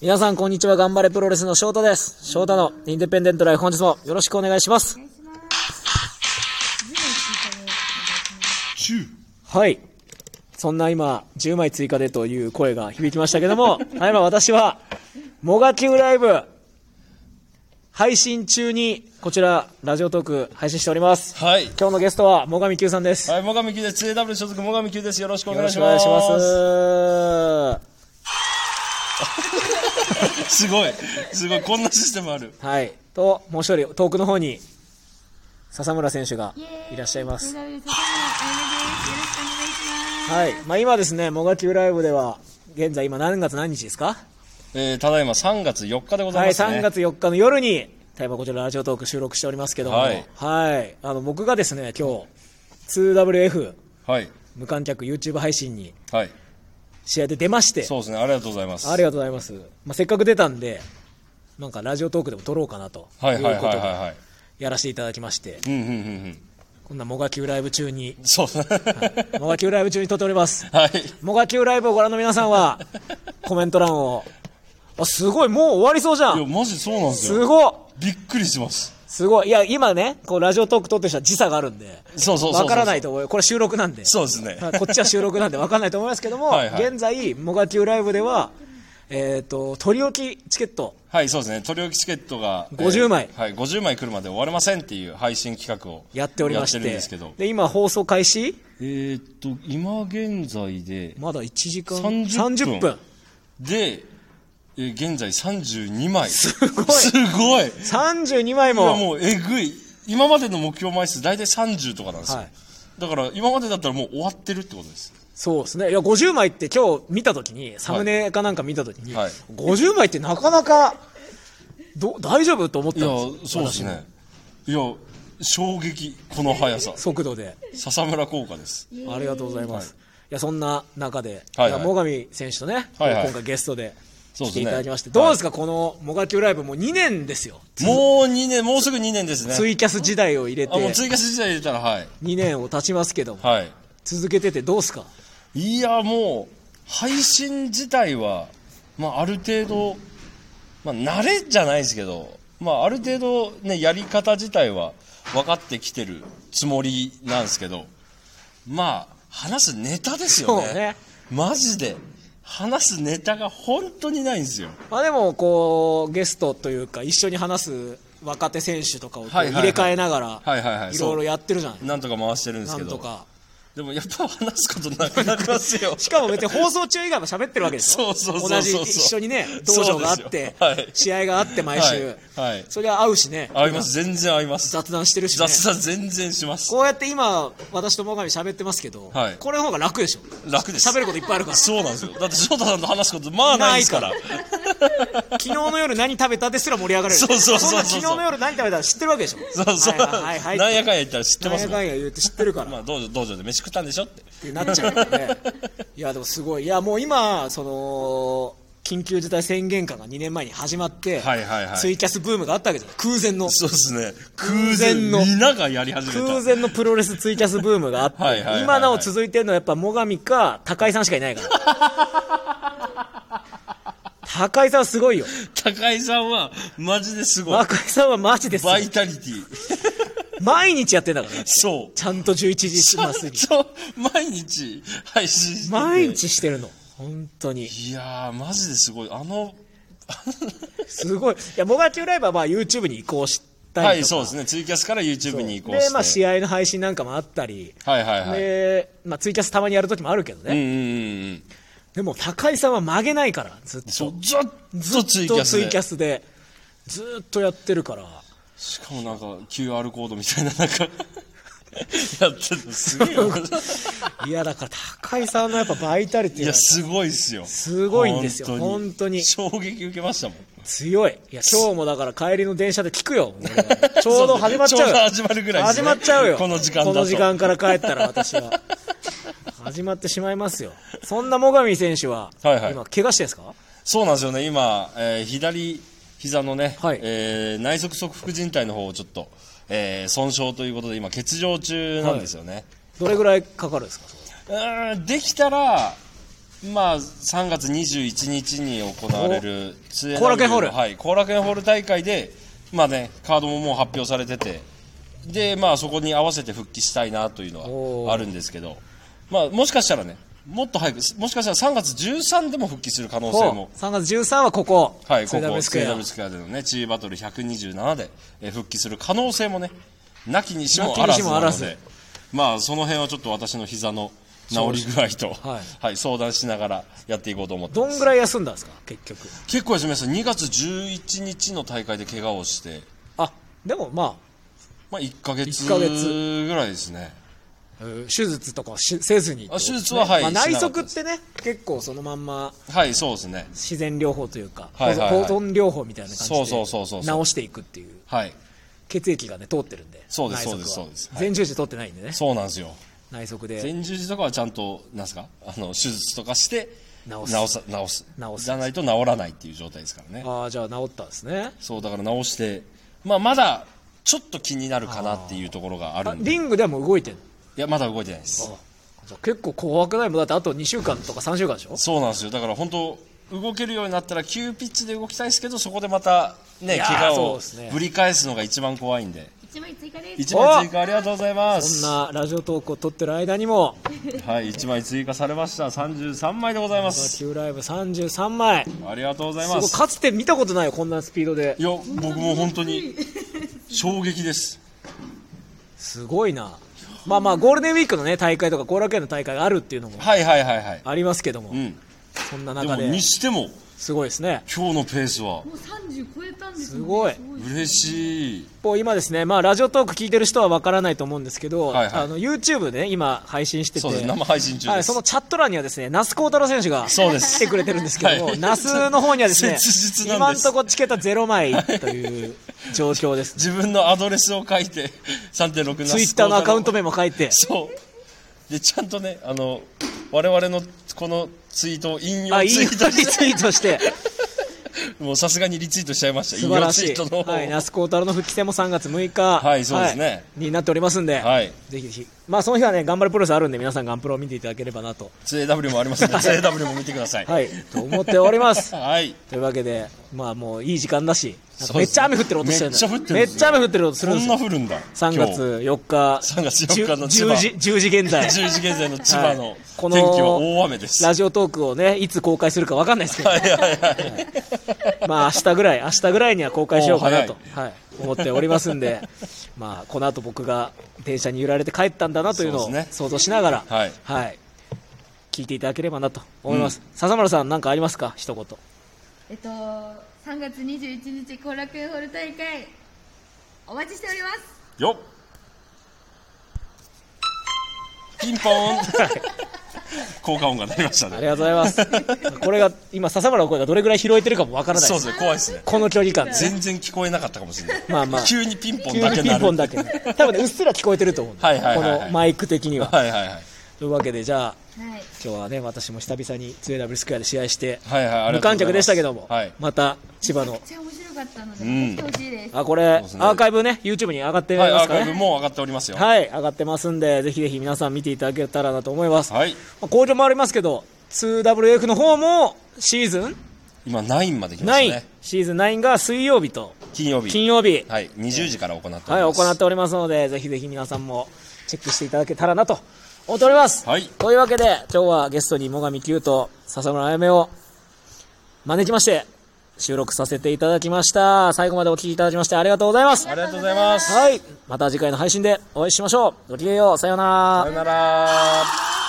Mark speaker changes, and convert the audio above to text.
Speaker 1: 皆さん、こんにちは。頑張れプロレスの翔太です。翔太のインデペンデントライフ、本日もよろしくお願いします。はい。そんな今、10枚追加でという声が響きましたけども、 ただいま私は、もがきゅうライブ、配信中に、こちら、ラジオトーク配信しております。
Speaker 2: はい。
Speaker 1: 今日のゲストは、もがみきゅうさんです。
Speaker 2: はい、最上級です。JW 所属最上級です。よろしくお
Speaker 1: よろ
Speaker 2: 願い
Speaker 1: し
Speaker 2: し
Speaker 1: くお願
Speaker 2: ま
Speaker 1: い
Speaker 2: す。
Speaker 1: します。
Speaker 2: すごい。すごい。こんなシステム ある。
Speaker 1: はい。と、もう一人、遠くの方に、笹村選手がいらっしゃいます。
Speaker 3: JW 笹村あ
Speaker 1: はい。まあ、今ですね、もがきゅうライブでは、現在今何月何日ですか
Speaker 2: えー、ただいま3月4日でござ
Speaker 1: はいい、
Speaker 2: ますね。
Speaker 1: 3月4日の夜に、ただいまこちらラジオトーク収録しておりますけども、は
Speaker 2: はいい。
Speaker 1: あの、僕がですね、今日、2WF
Speaker 2: はい。
Speaker 1: 無観客 YouTube 配信に
Speaker 2: はい。
Speaker 1: 試合で出まして、
Speaker 2: そうですね。ありがとうございます。
Speaker 1: ありがとうございます。まあ、せっかく出たんで、なんかラジオトークでも撮ろうかなと、
Speaker 2: はいはい
Speaker 1: い
Speaker 2: は
Speaker 1: う
Speaker 2: い
Speaker 1: こ
Speaker 2: は
Speaker 1: と
Speaker 2: い
Speaker 1: で、
Speaker 2: はい。
Speaker 1: やらせていただきまして、
Speaker 2: うんうんうんうん。
Speaker 1: こんなもがきゅうライブ中に、
Speaker 2: そう ですね。
Speaker 1: もがきゅうライブ中に撮っております。
Speaker 2: はい。
Speaker 1: モガキューライブをご覧の皆さんは、コメント欄を。あ、すごい、もう終わりそうじゃ
Speaker 2: いや、
Speaker 1: ん。
Speaker 2: マジそうなんです
Speaker 1: す
Speaker 2: よ。
Speaker 1: ごっ
Speaker 2: びっくりします。
Speaker 1: すごい。いや、今ね、こう、ラジオトーク撮ってる人は時差があるんで、
Speaker 2: そうそうそうそうそう
Speaker 1: わからないと思う。これ収録なんで。
Speaker 2: そうです ね。
Speaker 1: はいこっちは収録なんでわかんないと思いますけども、
Speaker 2: はいはい
Speaker 1: 現在、モガキューライブでは、えっ、と、取り置きチケット、
Speaker 2: はい、そうですね。取り置きチケットが。
Speaker 1: 50枚
Speaker 2: えーはい、50枚来るまで終われませんっていう配信企画を。
Speaker 1: やっておりまして。
Speaker 2: やってるんですけど。
Speaker 1: で、今、放送開始
Speaker 2: えー、っと、今現在で、
Speaker 1: まだ1時間
Speaker 2: 30
Speaker 1: 30
Speaker 2: 分
Speaker 1: 分。
Speaker 2: で、えー現在32枚。す
Speaker 1: ごい
Speaker 2: すごい。い
Speaker 1: 32枚
Speaker 2: や、
Speaker 1: も。
Speaker 2: もうえぐい。今までの目標枚数大体30とかなんですよ。
Speaker 1: はい
Speaker 2: だから、今までだったらもう終わってるってことです。
Speaker 1: そうですね。いや、50枚って今日見たときに、サムネかなんか見たときに、
Speaker 2: はい
Speaker 1: 50枚ってなかなか、ど、大丈夫と思った
Speaker 2: い
Speaker 1: ん
Speaker 2: や
Speaker 1: で、す
Speaker 2: そ
Speaker 1: よ。
Speaker 2: うですね。いや、衝撃、この速さ
Speaker 1: 私。速度で。
Speaker 2: 笹村効果です。
Speaker 1: ありがとうございます。い、や、そんな中で、
Speaker 2: はいいはい
Speaker 1: や、最上選手とね、
Speaker 2: はいはい
Speaker 1: 今回ゲストで
Speaker 2: そう
Speaker 1: 来
Speaker 2: ですね
Speaker 1: ていただきまして、どうですか、このもがきゅうライブもう2年ですよ。
Speaker 2: もう2年、もうすぐ2年です
Speaker 1: ツ
Speaker 2: ね。
Speaker 1: イキャス時代を入れて、
Speaker 2: あ、もう
Speaker 1: 2
Speaker 2: 追加時代入れたら、はい。
Speaker 1: 年を経ちますけども、
Speaker 2: はい。
Speaker 1: 続けててどうですか
Speaker 2: いや、もう、配信自体は、まあ、ある程度、まあ、慣れじゃないですけど、まあ、ある程度、ね、やり方自体は分かってきてるつもりなんですけど、まあ、話すネタですよね。
Speaker 1: そうね
Speaker 2: マジで。話すネタが本当にないんですよ。
Speaker 1: まあでも、こう、ゲストというか、一緒に話す若手選手とかをこう
Speaker 2: はいはいは
Speaker 1: 入
Speaker 2: い
Speaker 1: れ替えながら、
Speaker 2: はいはいはい
Speaker 1: いろいろやってるじゃない
Speaker 2: なんとか回してるんです
Speaker 1: な
Speaker 2: け
Speaker 1: んと
Speaker 2: ど。
Speaker 1: か。。
Speaker 2: でもやっぱ話すことなくなりますよ
Speaker 1: しかも別に放送中以外も喋ってるわけですよ。
Speaker 2: そうそうそうそう
Speaker 1: 同じ一緒にね、道場があって、
Speaker 2: そうですよはい
Speaker 1: 試合があって毎週。
Speaker 2: はいはい
Speaker 1: それは合うしね。
Speaker 2: 合います。全然合います。
Speaker 1: 雑談してるしね。
Speaker 2: 雑さ全然します。
Speaker 1: こうやって今、私と最上喋ってますけど、
Speaker 2: はい
Speaker 1: これの方が楽でしょ。
Speaker 2: 楽です。
Speaker 1: 喋ることいっぱいあるから。昨
Speaker 2: そうなんですよ。だって翔太さんと話すこと、まあないですから。
Speaker 1: 日の夜何食べたですら盛り上がれる。
Speaker 2: そうそうそうそうん
Speaker 1: な昨日の夜何食べたら知ってるわけでしょ。
Speaker 2: そうそう。
Speaker 1: はいはいはい、
Speaker 2: なんや
Speaker 1: か
Speaker 2: かんや言ったら知って
Speaker 1: な
Speaker 2: ま
Speaker 1: ん
Speaker 2: す
Speaker 1: や
Speaker 2: も
Speaker 1: か
Speaker 2: ん。
Speaker 1: んや言って知ってるから。
Speaker 2: まあ、道場、道場で飯食ったんでしょって。
Speaker 1: ってなっちゃうよね いやでもすごいいやもう今その緊急事態宣言下が2年前に始まって、
Speaker 2: はいはいはい
Speaker 1: ツイキャスブームがあったわけじゃない空前の
Speaker 2: そうですね。
Speaker 1: 空
Speaker 2: 空
Speaker 1: 前
Speaker 2: 前
Speaker 1: の
Speaker 2: の。皆がやり始めた。
Speaker 1: 空前のプロレスツイキャスブームがあって
Speaker 2: はいはいはいはい
Speaker 1: 今なお続いてるのはやっぱ最上か高井さんしかいないから高井さんはすごいよ
Speaker 2: 高井さんは、マジですごい。
Speaker 1: 高井さんはマジです
Speaker 2: バイタリティ。
Speaker 1: 毎日やってんだからね
Speaker 2: そう。
Speaker 1: ちゃんと11時過ぎ
Speaker 2: そう。毎日配信してて
Speaker 1: 毎日してるの本当に
Speaker 2: いやー、マジですごい。あの、
Speaker 1: すごい。いや、モガキューライブはまあ YouTube に移行したりとか。
Speaker 2: はい、そうですね。ツイキャスから YouTube に移行して。
Speaker 1: で、まあ試合の配信なんかもあったり、
Speaker 2: はいはいはい。
Speaker 1: で、まあツイキャスたまにやるときもあるけど
Speaker 2: うん
Speaker 1: ね。
Speaker 2: うんうんうん。
Speaker 1: でも高井さんは曲げないから、ずっと。
Speaker 2: そう、ずっとツイキ
Speaker 1: ずっ
Speaker 2: ャ
Speaker 1: と
Speaker 2: ス
Speaker 1: ツイ
Speaker 2: で
Speaker 1: キ。ャスで、ずっとやってるから。
Speaker 2: しかもなんか QR コードみたいななんかやってるのすげえよ
Speaker 1: いや、だから高井さんのやっぱバイタリテ
Speaker 2: い
Speaker 1: ィ
Speaker 2: や
Speaker 1: は
Speaker 2: すごいっすよ
Speaker 1: すごいんですよ本当に
Speaker 2: 衝撃受けましたもん
Speaker 1: 強い。いや、今日もだから帰りの電車で聞くよ。俺はちょうど始まっちゃうよ。
Speaker 2: ちょうど始まるぐらいです
Speaker 1: 始
Speaker 2: ね
Speaker 1: まっちゃうよ。
Speaker 2: この時間だと
Speaker 1: この時間から帰ったら私は。始まってしまいますよ。そんな最上選手は、
Speaker 2: はいはい
Speaker 1: 今、怪我してるんですか
Speaker 2: そうなんですよね今、えー左膝のね、
Speaker 1: はい
Speaker 2: えー内側側副靭帯の方をちょっと、えー損傷ということで今欠場中なんですよね、
Speaker 1: どれぐらいかかるんですか
Speaker 2: うーんできたらまあ、3月21日に行われる後
Speaker 1: 後楽園ホール
Speaker 2: はい、後楽園ホール大会で、まあね、カードももう発表されてて、で、まあそこに合わせて復帰したいなというの
Speaker 1: お
Speaker 2: は
Speaker 1: ー
Speaker 2: あるんですけど、まあもしかしたらね、もっと早く、もしかしたら3月13でも復帰する可能性
Speaker 1: ほ
Speaker 2: も
Speaker 1: う3月13はここ、
Speaker 2: はい、こ
Speaker 1: ツイダ
Speaker 2: こ、
Speaker 1: ブ
Speaker 2: ス
Speaker 1: ス
Speaker 2: ク
Speaker 1: ク
Speaker 2: エ
Speaker 1: エ
Speaker 2: ア
Speaker 1: ア
Speaker 2: ブ。スクエアでのね、チーバトル127で、えー復帰する可能性もね、なきにしも
Speaker 1: な
Speaker 2: あらずなの
Speaker 1: きにしもあら
Speaker 2: で、まあ、その辺はちょっと私の膝の治り具合と、
Speaker 1: はい
Speaker 2: はい、相談しながらやっていこうと思って
Speaker 1: ど
Speaker 2: ま
Speaker 1: ん
Speaker 2: す。
Speaker 1: ぐらい休んだんですか、結局。
Speaker 2: 結構休みました。2月11日の大会で怪我をして、
Speaker 1: あ、でもま
Speaker 2: まあ、1ヶ月
Speaker 1: 1ヶ月
Speaker 2: ぐらいですね。
Speaker 1: あ、えー手術とかしせずにってことですね、
Speaker 2: あ手術ははい
Speaker 1: まあ、
Speaker 2: しなかった
Speaker 1: 内
Speaker 2: です
Speaker 1: 側ってね、結構そのまんま
Speaker 2: はい、そうですね。
Speaker 1: 自然療法というか、
Speaker 2: はいはいはい
Speaker 1: 保存療法みたいな感じで
Speaker 2: そうそうそうそうそう
Speaker 1: 治していくっていう、
Speaker 2: はい。
Speaker 1: 血液がね、通ってるんで、
Speaker 2: そうです
Speaker 1: 内側は
Speaker 2: そうですそうですはい
Speaker 1: 前十字通ってないんでね、
Speaker 2: そうなんですよ。
Speaker 1: 内側で。
Speaker 2: 前十字とかはちゃんと、なんすかあの、手術とかして、
Speaker 1: 治す
Speaker 2: 治す。治す。
Speaker 1: 治す
Speaker 2: じゃないと治らないっていう状態ですからね。
Speaker 1: ああ、じゃあ治ったんですね。
Speaker 2: そうだから直して、まあ、まだちょっと気になるかなっていうところがある
Speaker 1: あ
Speaker 2: んで、い
Speaker 1: リングではもう動いてる
Speaker 2: や、まだ動いてないです、
Speaker 1: じゃあ結構怖くないもんだってあと2週間とか3週間でしょ
Speaker 2: そうなんですよ、だから本当、動けるようになったら、急ピッチで動きたいですけど、そこでまた、
Speaker 1: い
Speaker 2: ね、
Speaker 1: やー
Speaker 2: 怪我
Speaker 1: そう
Speaker 2: を
Speaker 1: ですね
Speaker 2: ぶり返すのが一番怖いんで、
Speaker 3: 一枚追加です。
Speaker 2: 一枚追加、ありがとうございま
Speaker 1: そん
Speaker 2: す、
Speaker 1: なラジオトークを撮ってる間にも
Speaker 2: はい、一枚追加されました、33枚でござい
Speaker 1: 「
Speaker 2: ます、
Speaker 1: Q ライブ33枚す
Speaker 2: ありがとうござい
Speaker 1: ご
Speaker 2: ま
Speaker 1: い
Speaker 2: す、
Speaker 1: かつて見たことないよこんなスピードで
Speaker 2: いや、僕も本当に衝撃です、
Speaker 1: すごいなまあまあゴールデンウィークのね大会とか後楽園の大会があるっていうのも
Speaker 2: はいはいはいはい、
Speaker 1: ありますけども、
Speaker 2: うん、
Speaker 1: そんな
Speaker 2: で
Speaker 1: 中
Speaker 2: も
Speaker 1: で
Speaker 2: にしても、
Speaker 1: すごいですね
Speaker 2: 今日のペースは
Speaker 3: もう三十超えたんです
Speaker 1: すごい
Speaker 2: 嬉しい。
Speaker 1: 一方今ですね、まあ、ラジオトーク聞いてる人はわからないと思うんですけど、
Speaker 2: はいはい
Speaker 1: あの YouTube で、ね、今配信してて
Speaker 2: そうです生配信中です
Speaker 1: はい、そのチャット欄にはですね那須幸太郎選手が
Speaker 2: そうです
Speaker 1: 来てくれてるんですけども、
Speaker 2: はい
Speaker 1: 那須の方にはですね
Speaker 2: 切実なん
Speaker 1: 今
Speaker 2: で
Speaker 1: ん
Speaker 2: す
Speaker 1: とこチケット0枚という状況 ですね
Speaker 2: 自分のアドレスを書いて3.6な
Speaker 1: ツイッターのアカウント名も書いて
Speaker 2: そうでちゃんとねあの我々のこのツイートを引用
Speaker 1: あいい
Speaker 2: ツイ
Speaker 1: リ
Speaker 2: ートし
Speaker 1: ツイートして
Speaker 2: もうさすがにリツイートしちゃいました
Speaker 1: 素晴ら
Speaker 2: 引
Speaker 1: し
Speaker 2: 用ツイートの
Speaker 1: い、
Speaker 2: 方
Speaker 1: はい、那須幸太郎の復帰戦も3月6日、
Speaker 2: はいそうですね
Speaker 1: はいになっておりますんで、
Speaker 2: はい
Speaker 1: ぜひぜひ、まあ、その日はね頑張るプロレスあるんで皆さんガンプロを見ていただければなと,、
Speaker 2: 2AW もありますので 2AW も見てください
Speaker 1: はい、と思っております
Speaker 2: はい
Speaker 1: というわけで、まあもういい時間だし、なんか
Speaker 2: そう
Speaker 1: めっ
Speaker 2: で
Speaker 1: ち
Speaker 2: すね
Speaker 1: ゃ雨降ってる音してる
Speaker 2: めっちゃ降ってるんですよ
Speaker 1: めっちゃ雨降ってる音するん
Speaker 2: こ
Speaker 1: です
Speaker 2: ん
Speaker 1: よ。
Speaker 2: な降るんだ
Speaker 1: 3月4日、
Speaker 2: 3月4日の千
Speaker 1: 10
Speaker 2: 葉
Speaker 1: 時、10時 現在
Speaker 2: 今、日10時現在の千葉
Speaker 1: は
Speaker 2: の
Speaker 1: いこ
Speaker 2: 天
Speaker 1: の
Speaker 2: 気は大雨ですは
Speaker 1: ラジオトークをね、いつ公開するか分かんないですけど、
Speaker 2: いはいはい
Speaker 1: まあ明日ぐらい、明日ぐらいには公開しようかなと
Speaker 2: お、
Speaker 1: はい、思っておりますん で、まあこの後僕が電車に揺られて帰ったんだなというの
Speaker 2: そ
Speaker 1: を
Speaker 2: うですね
Speaker 1: 想像しながら、
Speaker 2: はい
Speaker 1: 聞いていただければなと思います。笹村さん、なんかありますか一言。
Speaker 3: えっと三月二十一日後楽園ホール大会お待ちしております。
Speaker 2: よっピンポーン 効果音が鳴りました
Speaker 1: あ
Speaker 2: ね
Speaker 1: りがとうございます。これが、今、笹村の声がどれぐらい拾えてるかもわからない
Speaker 2: そう
Speaker 1: で。
Speaker 2: ですすね怖いですね
Speaker 1: この距離感で。
Speaker 2: 全然聞こえなかったかもしれない。
Speaker 1: まあまあ
Speaker 2: 急にピンポン
Speaker 1: 急
Speaker 2: だ
Speaker 1: に
Speaker 2: け
Speaker 1: ピ
Speaker 2: な
Speaker 1: ンポン
Speaker 2: る。
Speaker 1: だけね。多分ね、うっすら聞こえてると思うんだ
Speaker 2: はいはいはいはい
Speaker 1: このマイク的には。
Speaker 2: はいはいはい。
Speaker 1: というわけで、じゃあ、
Speaker 3: はい。
Speaker 1: 今日はね、私も久々に 2W スクエアで試合して、
Speaker 2: はいはいあ
Speaker 1: 無
Speaker 2: りがとうございます
Speaker 1: 観客でしたけども
Speaker 2: はい、
Speaker 1: また千葉の
Speaker 3: めっ、ちゃ面白かったので、
Speaker 2: ん
Speaker 3: 来てほしいです。
Speaker 1: あ、これ、ア
Speaker 2: ですね
Speaker 1: ーカイブね、YouTube に上がって
Speaker 2: はい、
Speaker 1: ま
Speaker 2: ア
Speaker 1: す
Speaker 2: ー
Speaker 1: か
Speaker 2: カイブ
Speaker 1: ね。
Speaker 2: もう上がっておりますよ。
Speaker 1: はい、上がってますんで、ぜひぜひ皆さん見ていただけたらなと思います。ま
Speaker 2: はい。
Speaker 1: あ工場もありますけど、2WF の方も、シーズン
Speaker 2: 今9まで来まし
Speaker 1: 9
Speaker 2: たね。、
Speaker 1: シーズン9が水曜日と
Speaker 2: 金曜日。
Speaker 1: 金曜日、
Speaker 2: はい。20時から行っております。
Speaker 1: はい、行っておりますので、ぜひぜひ皆さんもチェックしていただけたらなと思っております。
Speaker 2: はい
Speaker 1: というわけで、今日はゲストに最上九と笹村あやめを招きまして、収録させていただきました。最後までお聞きいただきましてありがとうございます
Speaker 2: あ。りがとうございます。
Speaker 1: はい、また次回の配信でお会いしましょう。ごきげんよう、さようなら
Speaker 2: さよなら。